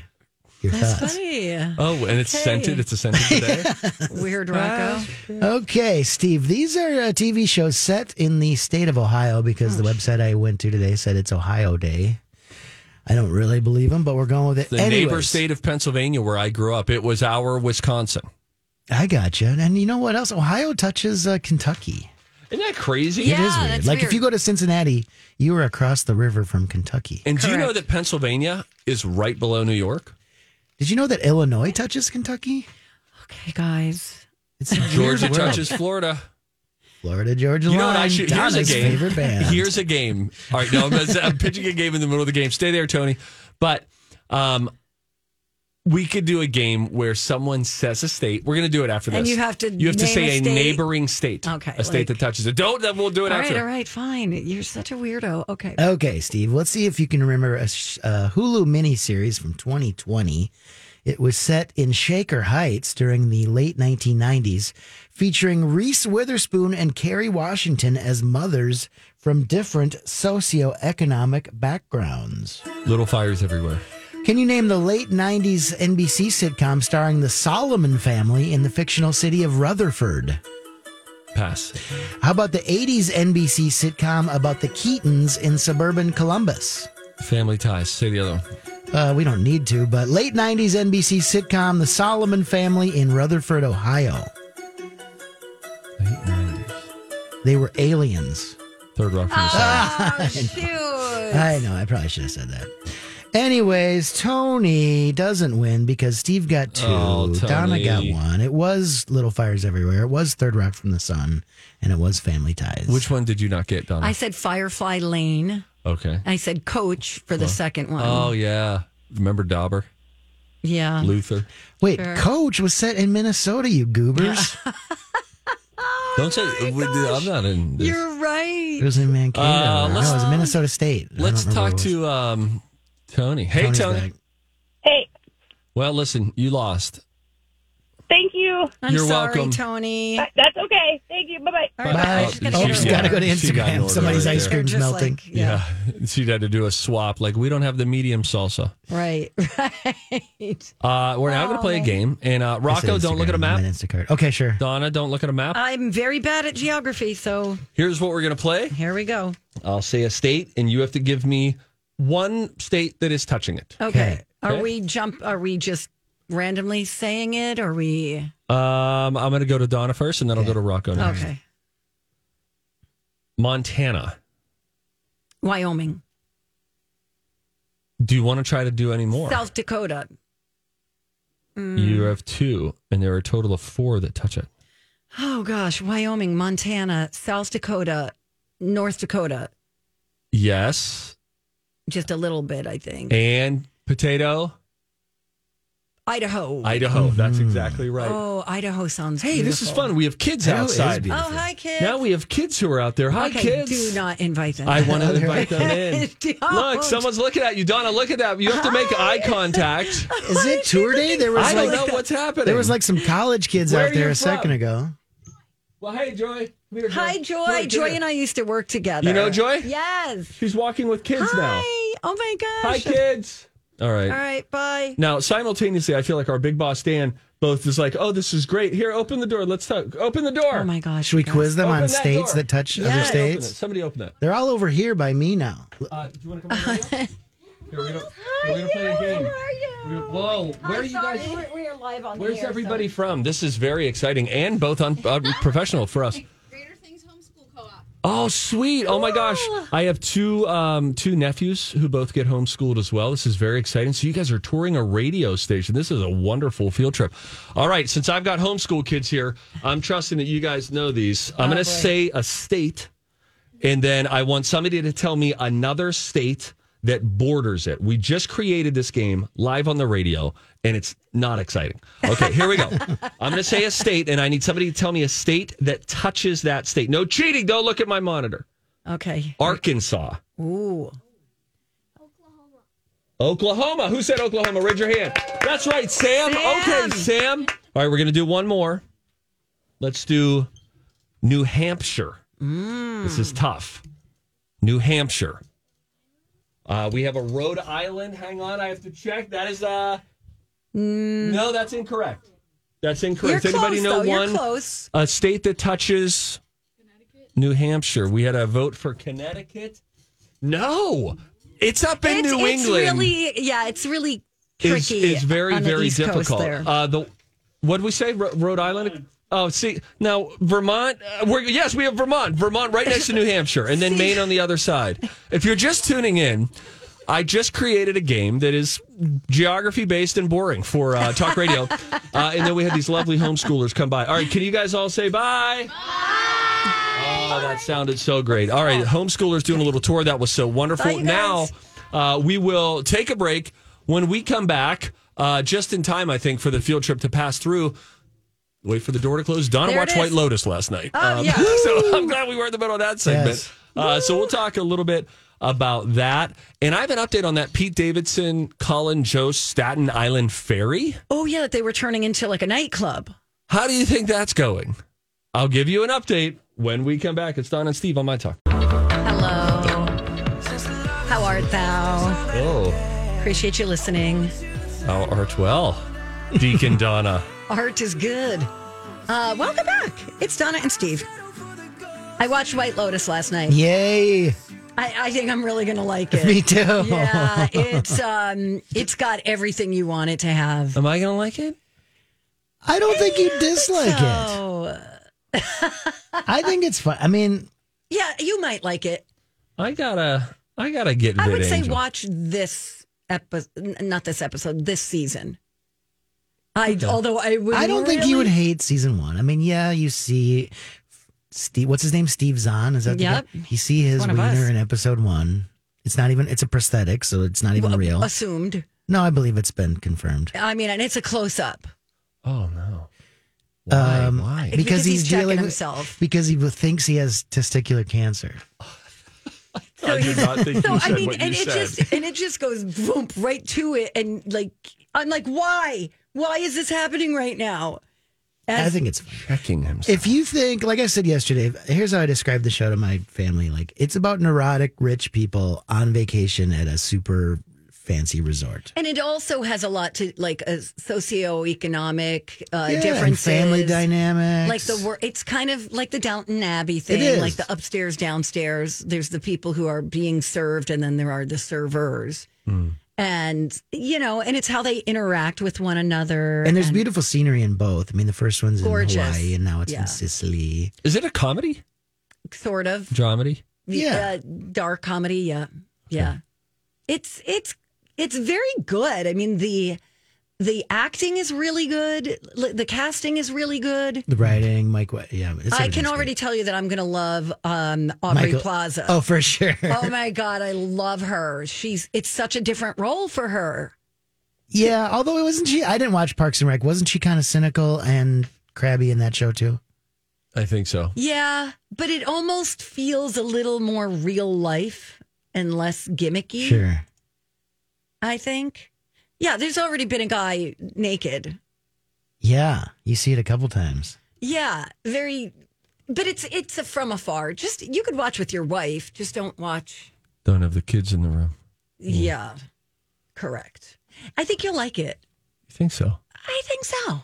Speaker 3: Your
Speaker 1: that's
Speaker 3: thoughts?
Speaker 1: funny.
Speaker 2: Oh, and it's
Speaker 1: Okay.
Speaker 2: scented. It's a scented bidet.
Speaker 1: Weird Rocco.
Speaker 3: Okay, Steve, these are uh, TV shows set in the state of Ohio because the website I went to today said it's Ohio Day. I don't really believe them, but we're going with it.
Speaker 2: The
Speaker 3: Anyways,
Speaker 2: neighbor state of Pennsylvania where I grew up, it was our Wisconsin.
Speaker 3: I got you. And you know what else? Ohio touches uh, Kentucky.
Speaker 2: Isn't that crazy?
Speaker 3: it is weird. Like if you go to Cincinnati, you are across the river from Kentucky.
Speaker 2: And do you know that Pennsylvania is right below New York?
Speaker 3: Did you know that Illinois touches Kentucky?
Speaker 1: Okay, guys.
Speaker 3: It's a weird
Speaker 2: Georgia
Speaker 3: world.
Speaker 2: touches Florida.
Speaker 3: Florida Georgia
Speaker 2: You know what
Speaker 3: line.
Speaker 2: I should? Here's a
Speaker 3: Donna's
Speaker 2: game.
Speaker 3: favorite band.
Speaker 2: Here's a game. All right, no, I'm, I'm pitching a game in the middle of the game. Stay there, Tony. But um, we could do a game where someone says a state. We're going to do it after this.
Speaker 1: And you have to
Speaker 2: You have to
Speaker 1: name
Speaker 2: say
Speaker 1: a
Speaker 2: a,
Speaker 1: state.
Speaker 2: neighboring state.
Speaker 1: Okay,
Speaker 2: a state
Speaker 1: like-
Speaker 2: that touches it. Don't. Then we'll do it
Speaker 1: All right,
Speaker 2: after.
Speaker 1: all right, fine. You're such a weirdo. Okay.
Speaker 3: Okay, Steve, let's see if you can remember a sh- uh, Hulu miniseries from 2020. It was set in Shaker Heights during the late 1990s, featuring Reese Witherspoon and Kerry Washington as mothers from different socioeconomic backgrounds.
Speaker 2: Little fires everywhere.
Speaker 3: Can you name the late 90s NBC sitcom starring the Solomon family in the fictional city of Rutherford?
Speaker 2: Pass.
Speaker 3: How about the 80s NBC sitcom about the Keatons in suburban Columbus?
Speaker 2: Family ties. Say the other one.
Speaker 3: Uh, we don't need to, but late 90s NBC sitcom The Solomon Family in Rutherford, Ohio. They were aliens.
Speaker 2: Third rock from the side.
Speaker 1: Oh, shoot.
Speaker 3: I know, I probably should have said that. Anyways, Tony doesn't win because Steve got two.
Speaker 2: Oh,
Speaker 3: Donna
Speaker 2: Tony.
Speaker 3: got one. It was Little Fires Everywhere. It was Third Rock from the Sun. And it was Family Ties.
Speaker 2: Which one did you not get, Donna?
Speaker 1: I said Firefly Lane.
Speaker 2: okay.
Speaker 1: I said coach for the second one.
Speaker 2: Oh yeah. Remember Dauber,
Speaker 1: yeah.
Speaker 2: Luther.
Speaker 3: Wait,
Speaker 1: Sure.
Speaker 3: Coach was set in Minnesota, you goobers.
Speaker 2: Don't say I'm not in. This.
Speaker 1: Oh, You're right.
Speaker 3: it was in Mankato.
Speaker 2: Uh,
Speaker 3: no,
Speaker 2: let's-
Speaker 3: it was Minnesota State. I don't
Speaker 2: Let's
Speaker 3: remember
Speaker 2: talk
Speaker 3: what it was.
Speaker 2: to um, Tony. Hey,
Speaker 3: Tony's
Speaker 2: Tony.
Speaker 3: back.
Speaker 12: Hey,
Speaker 2: Well, listen, you lost.
Speaker 12: thank you.
Speaker 1: I'm
Speaker 2: You're
Speaker 1: sorry,
Speaker 2: welcome.
Speaker 1: Tony.
Speaker 12: That- That's okay. Thank you. Bye bye.
Speaker 1: All
Speaker 3: Bye.
Speaker 1: I was just gonna
Speaker 3: Oh,
Speaker 1: get
Speaker 3: she's
Speaker 1: her-
Speaker 3: gotta go to
Speaker 2: She got an
Speaker 3: Instagram.
Speaker 2: order
Speaker 3: Somebody's
Speaker 2: right
Speaker 3: ice
Speaker 2: there.
Speaker 3: cream's
Speaker 1: Just like-
Speaker 3: melting.
Speaker 1: yeah.
Speaker 2: She'd had to do a swap. Like, we don't have the medium salsa.
Speaker 1: Right. Right.
Speaker 2: Uh, we're now going to play
Speaker 1: Oh,
Speaker 2: a game. And uh, Rocco, don't look at a
Speaker 3: An
Speaker 2: map.
Speaker 3: Instacart. Okay, sure.
Speaker 2: Donna, don't look at a map.
Speaker 1: I'm very bad at geography, so
Speaker 2: Here's what we're going to play
Speaker 1: here we go.
Speaker 2: I'll say a state, and you have to give me one state that is touching it.
Speaker 1: Okay.
Speaker 3: Okay.
Speaker 1: Are
Speaker 2: Okay.
Speaker 1: we jump? Are we just randomly saying it? Are we
Speaker 2: Um, I'm going to go to Donna first, and then I'll go to Rocco next.
Speaker 1: okay?
Speaker 2: Montana.
Speaker 1: Wyoming,
Speaker 2: Do you want to try to do any more?
Speaker 1: South Dakota.
Speaker 2: You have two, and there are a total of four that touch it.
Speaker 1: Oh gosh, Wyoming, Montana, South Dakota, North Dakota.
Speaker 2: Yes.
Speaker 1: Just a little bit, I think.
Speaker 2: And potato.
Speaker 1: Idaho.
Speaker 2: Idaho. That's exactly right.
Speaker 1: Mm-hmm. Oh, Idaho sounds.
Speaker 2: Hey, this is
Speaker 1: beautiful.
Speaker 2: fun. We have kids
Speaker 1: Idaho is
Speaker 2: outside.
Speaker 1: beautiful. Oh, hi, kids.
Speaker 2: Now we have kids who are out there. Hi,
Speaker 1: okay,
Speaker 2: kids.
Speaker 1: Do not invite them.
Speaker 2: I want to invite them in.
Speaker 1: Don't.
Speaker 2: Look, someone's looking at you, Donna. Look at that. You have to make eye contact.
Speaker 3: Is it tour day? There was
Speaker 2: I
Speaker 3: like
Speaker 2: don't know what's happening.
Speaker 3: there was like some college kids
Speaker 2: Where
Speaker 3: out
Speaker 2: are
Speaker 3: there
Speaker 2: you
Speaker 3: a second
Speaker 2: from?
Speaker 3: ago.
Speaker 2: Well, hey, Joy. Come here,
Speaker 1: Hi, Joy.
Speaker 2: Come here.
Speaker 1: Joy and I used to work together.
Speaker 2: You know Joy?
Speaker 1: Yes.
Speaker 2: She's walking with kids now.
Speaker 1: Hi. Oh my
Speaker 2: Hi,
Speaker 1: gosh.
Speaker 2: kids. All right.
Speaker 1: All right. Bye.
Speaker 2: Now, simultaneously, I feel like our big boss Dan both is like, "Oh, this is great. Here, open the door. Let's talk. Open the door."
Speaker 1: Oh my gosh.
Speaker 3: Should we
Speaker 1: you
Speaker 3: quiz them
Speaker 2: Open
Speaker 3: on
Speaker 2: that
Speaker 3: states
Speaker 2: door.
Speaker 3: that touch
Speaker 2: Yeah.
Speaker 3: other
Speaker 2: Somebody open it.
Speaker 3: states?
Speaker 2: Somebody open that.
Speaker 3: They're all over here by me now.
Speaker 2: Uh, do you want to come over? here? Here, we're gonna, we're gonna play a game. We're- Whoa, where are you guys?
Speaker 1: We're, we are live on
Speaker 2: Where's everybody from? This is very exciting and both un- unprofessional for us. Oh, sweet! Oh my gosh, I have two um, two nephews who both get homeschooled as well. This is very exciting. So you guys are touring a radio station. This is a wonderful field trip. All right, since I've got homeschool kids here, I'm trusting that you guys know these.
Speaker 1: Oh,
Speaker 2: I'm going to say a state, and then I want somebody to tell me another state that borders it. We just created this game live on the radio, and it's not exciting. Okay, here we go. I'm going to say a state, and I need somebody to tell me a state that touches that state. No cheating. Don't look at my monitor.
Speaker 1: Okay.
Speaker 2: Arkansas.
Speaker 1: Ooh.
Speaker 2: Oklahoma. Who said Oklahoma? Raise your hand. That's right, Sam.
Speaker 1: Sam.
Speaker 2: Okay, Sam. All right, we're going to do one more. Let's do New Hampshire.
Speaker 1: Mm.
Speaker 2: This is tough. New Hampshire. Uh, we have a Rhode Island. Hang on, I have to check. That is uh No, that's incorrect. That's incorrect.
Speaker 1: Mm. You're
Speaker 2: Anybody
Speaker 1: close,
Speaker 2: know
Speaker 1: though. You're
Speaker 2: one
Speaker 1: close.
Speaker 2: a state that touches New Hampshire? We had a vote for Connecticut. No. It's up in
Speaker 1: it's,
Speaker 2: New
Speaker 1: it's
Speaker 2: England
Speaker 1: really, yeah, it's really
Speaker 2: is,
Speaker 1: tricky.
Speaker 2: is very
Speaker 1: on the
Speaker 2: very
Speaker 1: East Coast
Speaker 2: difficult.
Speaker 1: there.
Speaker 2: Uh, the what did we say, Ro- Rhode Island? Oh, see now Vermont. Uh, we're, yes, we have Vermont. Vermont right next to New Hampshire, and then Maine on the other side. If you're just tuning in. I just created a game that is geography based and boring for uh, talk radio. uh, and then we had these lovely homeschoolers come by. All right, can you guys all say bye? Oh, that sounded so great. All right, homeschoolers doing a little tour. That was so
Speaker 1: Bye,
Speaker 2: wonderful.
Speaker 1: you
Speaker 2: Now
Speaker 1: guys.
Speaker 2: uh, we will take a break. When we come back, uh, just in time, I think, for the field trip to pass through. Wait for the door to close. Donna
Speaker 1: There it
Speaker 2: watched White
Speaker 1: is.
Speaker 2: Lotus last night.
Speaker 1: Oh, yeah.
Speaker 2: so I'm glad we weren't the middle of that segment.
Speaker 3: Yes.
Speaker 2: Uh, so we'll talk a little bit about that. And I have an update on that Pete Davidson, Colin Joe Staten Island Ferry.
Speaker 1: oh yeah, they were turning into like a nightclub.
Speaker 2: How do you think that's going? I'll give you an update when we come back. It's Don and Steve on my talk.
Speaker 1: Hello. How art thou?
Speaker 2: Oh,
Speaker 1: Appreciate you listening.
Speaker 2: how art well, Deacon Donna.
Speaker 1: Art is good. Uh, welcome back. It's Donna and Steve. I watched White Lotus last night.
Speaker 3: Yay!
Speaker 1: I, I think I'm really gonna like it.
Speaker 3: Me too.
Speaker 1: Yeah, it's um, it's got everything you want it to have.
Speaker 2: Am I gonna like it?
Speaker 3: I don't think you dislike it.
Speaker 1: Oh,
Speaker 3: I think it's fun. I mean,
Speaker 1: yeah, you might like it.
Speaker 2: I gotta, I gotta get.
Speaker 1: I would say
Speaker 2: VidAngel.
Speaker 1: watch this episode, not this episode, this season. I although I would,
Speaker 3: I don't think you would
Speaker 1: really-
Speaker 3: hate season one. I mean, yeah, you see Steve. What's his name? Steve Zahn. Is that the guy?
Speaker 1: Yep.
Speaker 3: You see his
Speaker 1: One of us.
Speaker 3: wiener in episode one. It's not even. It's a prosthetic, so it's not even real.
Speaker 1: assumed.
Speaker 3: No, I believe it's been confirmed.
Speaker 1: I mean, and it's a close up.
Speaker 2: Oh no! Why?
Speaker 3: Um,
Speaker 2: Why?
Speaker 3: Because
Speaker 1: Because
Speaker 3: he's
Speaker 1: he's checking
Speaker 3: dealing with-
Speaker 1: himself.
Speaker 3: Because he thinks he has testicular cancer.
Speaker 2: I did not think
Speaker 1: So
Speaker 2: you
Speaker 1: I
Speaker 2: said
Speaker 1: mean,
Speaker 2: what you
Speaker 1: and it
Speaker 2: said.
Speaker 1: just and it just goes boom right to it, and like I'm like, why? Why is this happening right now?
Speaker 3: I
Speaker 1: As-
Speaker 3: think it's fun.
Speaker 2: Checking himself.
Speaker 3: If you think, like I said yesterday, here's how I described the show to my family: like it's about neurotic rich people on vacation at a super fancy resort.
Speaker 1: and it also has a lot to like a socioeconomic uh,
Speaker 3: Yeah, and
Speaker 1: differences,
Speaker 3: family dynamics,
Speaker 1: Like the wor- it's kind of like the Downton Abbey thing,
Speaker 3: is.
Speaker 1: like the upstairs, downstairs. There's the people who are being served, and then there are the servers,
Speaker 3: Hmm.
Speaker 1: and you know, and it's how they interact with one another.
Speaker 3: And there's beautiful scenery in both. I mean, the first one's
Speaker 1: Gorgeous.
Speaker 3: in Hawaii, and now it's
Speaker 1: Yeah.
Speaker 3: in Sicily.
Speaker 2: Is it a comedy?
Speaker 1: sort of
Speaker 2: Dramedy?
Speaker 3: Yeah.
Speaker 1: uh, dark comedy. Yeah, yeah. It's it's it's very good. I mean the the acting is really good. L- The casting is really good.
Speaker 3: The writing, Mike. White- Yeah, it's
Speaker 1: I can
Speaker 3: everything's
Speaker 1: already
Speaker 3: great.
Speaker 1: tell you that I'm going to love um, Aubrey
Speaker 3: Michael-
Speaker 1: Plaza.
Speaker 3: Oh, for sure.
Speaker 1: Oh my god, I love her. She's it's such a different role for her.
Speaker 3: Yeah, although it wasn't she. I didn't watch Parks and Rec. Wasn't she kind of cynical and crabby in that show too?
Speaker 2: I think so.
Speaker 1: Yeah, but it almost feels a little more real life and less gimmicky.
Speaker 3: Sure.
Speaker 1: I think. Yeah, there's already been a guy naked.
Speaker 3: Yeah, you see it a couple times.
Speaker 1: Yeah, very. But it's it's a from afar. Just you could watch with your wife. Just don't watch.
Speaker 2: Don't have the kids in the room.
Speaker 1: Yeah, correct. I think you'll like it.
Speaker 2: You think so?
Speaker 1: I think so.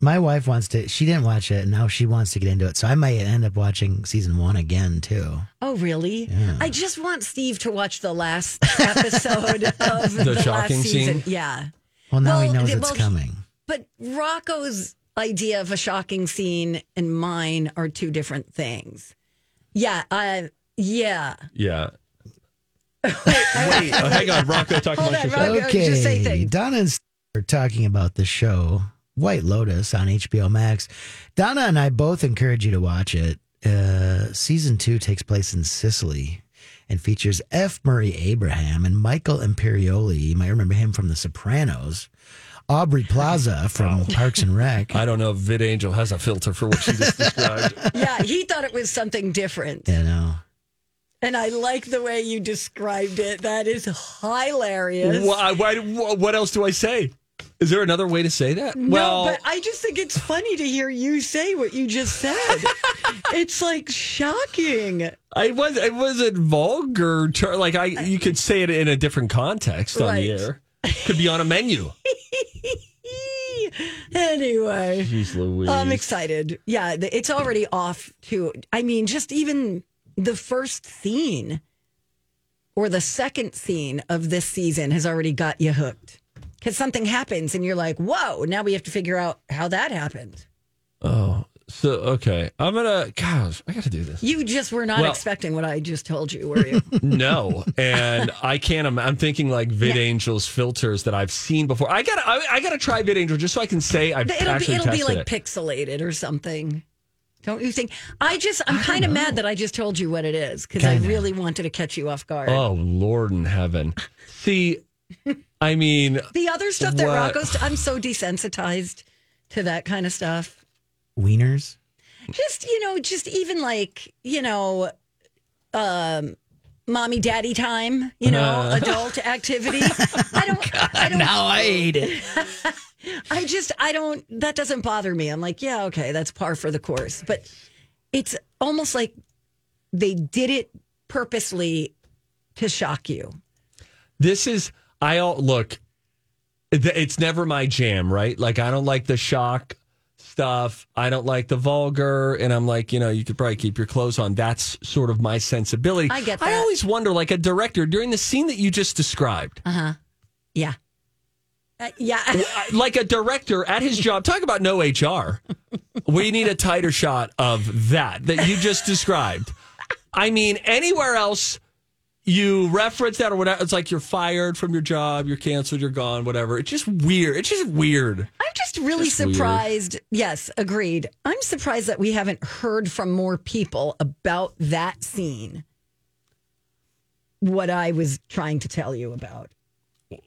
Speaker 3: My wife wants to. She didn't watch it, and now she wants to get into it. So I might end up watching season one again too.
Speaker 1: Oh, really?
Speaker 3: Yeah.
Speaker 1: I just want Steve to watch the last episode of
Speaker 3: The
Speaker 1: the, last
Speaker 3: shocking
Speaker 1: season.
Speaker 3: scene?
Speaker 1: Yeah.
Speaker 3: Well, now he knows
Speaker 1: th-
Speaker 3: it's
Speaker 1: well,
Speaker 3: coming.
Speaker 1: But Rocco's idea of a shocking scene and mine are two different things. Yeah. I, yeah.
Speaker 2: Yeah. Wait, oh, hang on, Rocco, talk
Speaker 1: Hold
Speaker 2: about
Speaker 1: on,
Speaker 2: yourself.
Speaker 1: Rocco.
Speaker 3: okay,
Speaker 1: just say things.
Speaker 3: Donna and Steve are talking about the show White Lotus on HBO Max. Donna and I both encourage you to watch it. Uh, season two takes place in Sicily and features F. Murray Abraham and Michael Imperioli. You might remember him from The Sopranos. Aubrey Plaza from Parks and Rec.
Speaker 2: I don't know if Vid Angel has a filter for what she just described.
Speaker 1: Yeah. He thought it was something different.
Speaker 3: You know.
Speaker 1: And I like the way you described it. That is hilarious.
Speaker 2: Why, why, wh- what else do I say? Is there another way to say that? well,
Speaker 1: no, but I just think it's funny to hear you say what you just said. it's like shocking.
Speaker 2: I was it wasn't vulgar. Ter- like I, you could say it in a different context on the
Speaker 1: Right.
Speaker 2: air. Could be on a menu.
Speaker 1: Anyway,
Speaker 2: Jeez Louise.
Speaker 1: I'm excited. Yeah, the- it's already off to, I mean, just even the first scene or the second scene of this season has already got you hooked because something happens and you're like, whoa, now we have to figure out how that happened.
Speaker 2: oh, so okay. I'm gonna. Gosh, I got to do this.
Speaker 1: You just were not
Speaker 2: Well-
Speaker 1: expecting what I just told you, were you?
Speaker 2: No, and I can't. im- I'm thinking like VidAngel's filters that I've seen before. I gotta. I, I gotta try VidAngel just so I can say I've
Speaker 1: it'll be,
Speaker 2: actually
Speaker 1: it'll be
Speaker 2: tested
Speaker 1: like
Speaker 2: it.
Speaker 1: pixelated or something. Don't you think? I just, I'm kind of mad that I just told you what it is because I
Speaker 2: Kinda.
Speaker 1: really wanted to catch you off guard.
Speaker 2: Oh Lord in heaven! See, I mean,
Speaker 1: The other stuff that
Speaker 2: What?
Speaker 1: Rocco's, I'm so desensitized to that kind of stuff.
Speaker 3: Wieners.
Speaker 1: Just, you know, just even like, you know, um, mommy daddy time, you know,
Speaker 3: Uh.
Speaker 1: adult activity. I don't, I don't,
Speaker 3: Now I hate it.
Speaker 1: I just, I don't, that doesn't bother me. I'm like, yeah, okay, that's par for the course. But it's almost like they did it purposely to shock you.
Speaker 2: this is I all look. th- It's never my jam, right? Like I don't like the shock stuff. I don't like the vulgar, and I'm like, you know, you could probably keep your clothes on. That's sort of my sensibility.
Speaker 1: I get
Speaker 2: I
Speaker 1: that.
Speaker 2: always wonder, like a director during the scene that you just described,
Speaker 1: Uh huh. Yeah. Uh, yeah.
Speaker 2: like a director at his job. Talk about no HR. we need a tighter shot of that that you just described. I mean, anywhere else you reference that or whatever, it's like you're fired from your job, you're canceled, you're gone, whatever. It's just weird. It's just weird.
Speaker 1: I'm just really
Speaker 2: Just weird.
Speaker 1: surprised. Yes, agreed. I'm surprised that we haven't heard from more people about that scene. What I was trying to tell you about.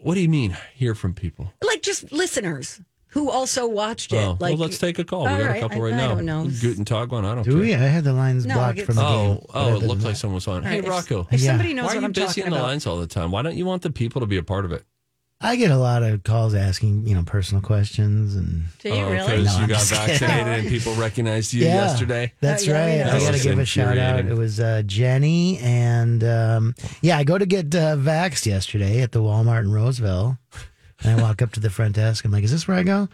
Speaker 2: What do you mean? Hear from people.
Speaker 1: Like just listeners who also watched it.
Speaker 2: Oh,
Speaker 1: like,
Speaker 2: well, let's take a call. We
Speaker 1: All
Speaker 2: got
Speaker 1: right,
Speaker 2: a couple
Speaker 1: I-
Speaker 2: right
Speaker 1: I
Speaker 2: now.
Speaker 1: don't know.
Speaker 2: Guten Tag one. I don't
Speaker 3: Do
Speaker 2: care.
Speaker 3: we? I had the lines
Speaker 1: No,
Speaker 3: blocked
Speaker 1: it's-
Speaker 3: from the game.
Speaker 2: Oh,
Speaker 3: But
Speaker 2: oh,
Speaker 3: other
Speaker 2: it looked
Speaker 3: than
Speaker 2: like someone was on. Hey,
Speaker 1: If-
Speaker 2: Rocco.
Speaker 1: If
Speaker 3: Yeah.
Speaker 1: somebody knows
Speaker 2: Why are
Speaker 1: what
Speaker 2: you
Speaker 1: I'm
Speaker 2: busy
Speaker 1: talking
Speaker 2: in the
Speaker 1: about.
Speaker 2: lines all the time? Why don't you want the people to be a part of it?
Speaker 3: I get a lot of calls asking, you know, personal questions and
Speaker 1: Do you
Speaker 2: Oh,
Speaker 1: really?
Speaker 2: Because
Speaker 3: No,
Speaker 2: you
Speaker 3: I'm
Speaker 2: got
Speaker 3: just kidding.
Speaker 2: vaccinated and people recognized you
Speaker 3: Yeah,
Speaker 2: yesterday.
Speaker 3: That's
Speaker 1: Oh, yeah,
Speaker 3: right.
Speaker 1: yeah.
Speaker 3: I
Speaker 2: That
Speaker 3: got to
Speaker 2: was
Speaker 3: give a shout out.
Speaker 2: infuriating.
Speaker 3: It was uh, Jenny and um, yeah, I go to get uh, vaxxed yesterday at the Walmart in Roseville, and I walk up to the front desk. I'm like, "Is this where I go?"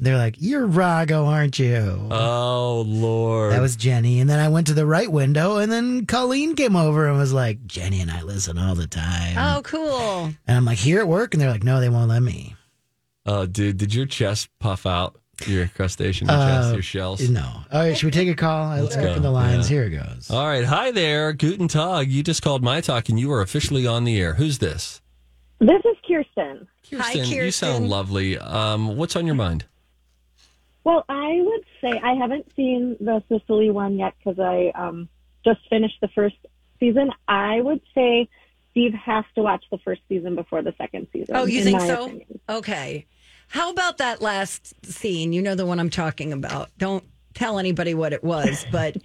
Speaker 3: They're like, "You're Rago, aren't you?"
Speaker 2: Oh Lord.
Speaker 3: that was Jenny, and then I went to the right window, and then Colleen came over and was like, "Jenny and I listen all the time,"
Speaker 1: Oh, cool.
Speaker 3: and I'm like, "Here at work," and they're like, "No, they won't let me."
Speaker 2: Oh, dude, did your chest puff out? Your crustacean, your chest,
Speaker 3: Uh,
Speaker 2: your shells.
Speaker 3: No. All right, should we take a call? I
Speaker 2: Let's
Speaker 3: look
Speaker 2: go.
Speaker 3: up in the lines.
Speaker 2: Yeah.
Speaker 3: Here it goes.
Speaker 2: All right, hi there, Guten Tag. You just called my talk, and you are officially on the air. Who's this?
Speaker 12: This is Kirsten.
Speaker 2: you sound lovely. Um, what's on your mind?
Speaker 12: Well, I would say I haven't seen the Sicily one yet because I um, just finished the first season. I would say
Speaker 13: Steve has to watch the first season before the second season.
Speaker 1: Oh, you
Speaker 13: in
Speaker 1: think
Speaker 13: my
Speaker 1: so?
Speaker 13: opinion.
Speaker 1: Okay. How about that last scene? You know the one I'm talking about. Don't tell anybody what it was, but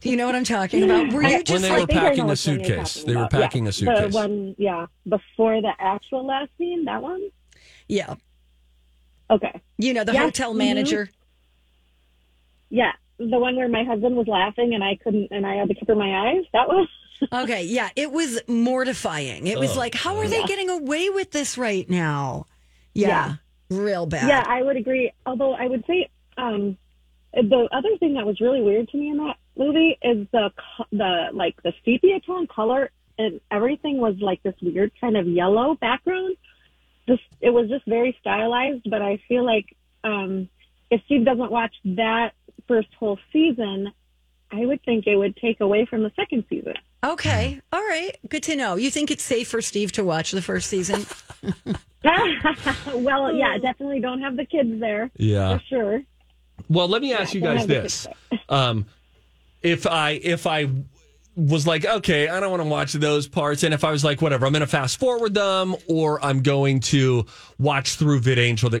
Speaker 1: do you know what I'm talking about? Were
Speaker 2: When-
Speaker 1: you
Speaker 2: when
Speaker 1: just
Speaker 2: they
Speaker 1: like
Speaker 2: were packing the suitcase, they were packing the suitcase.
Speaker 13: The one, yeah, before the actual last scene, that one.
Speaker 1: Yeah.
Speaker 13: Okay.
Speaker 1: You know, the
Speaker 13: Yes,
Speaker 1: hotel
Speaker 13: mhm.
Speaker 1: manager.
Speaker 13: Yeah, the one where my husband was laughing and I couldn't, and I had to cover my eyes. That was.
Speaker 1: Okay, yeah, it was mortifying. It was
Speaker 13: Oh,
Speaker 1: like, how are they
Speaker 13: yeah.
Speaker 1: getting away with this right now? Yeah, real bad.
Speaker 13: Yeah, I would agree. Although I would say um, the other thing that was really weird to me in that movie is the co- the like the sepia tone color and everything was like this weird kind of yellow background. Just it was just very stylized, but I feel like um, if Steve doesn't watch that first whole season, I would think it would take away from the second season.
Speaker 1: Okay, all right, good to know. You think it's safe for Steve to watch the first season?
Speaker 13: well, yeah, definitely don't have the kids there.
Speaker 2: Yeah.
Speaker 13: for sure.
Speaker 2: Well, let me ask you
Speaker 13: don't
Speaker 2: guys
Speaker 13: have the
Speaker 2: this: um, if I if I was like, okay, I don't want to watch those parts, and if I was like, whatever, I'm going to fast forward them, or I'm going to watch through VidAngel. That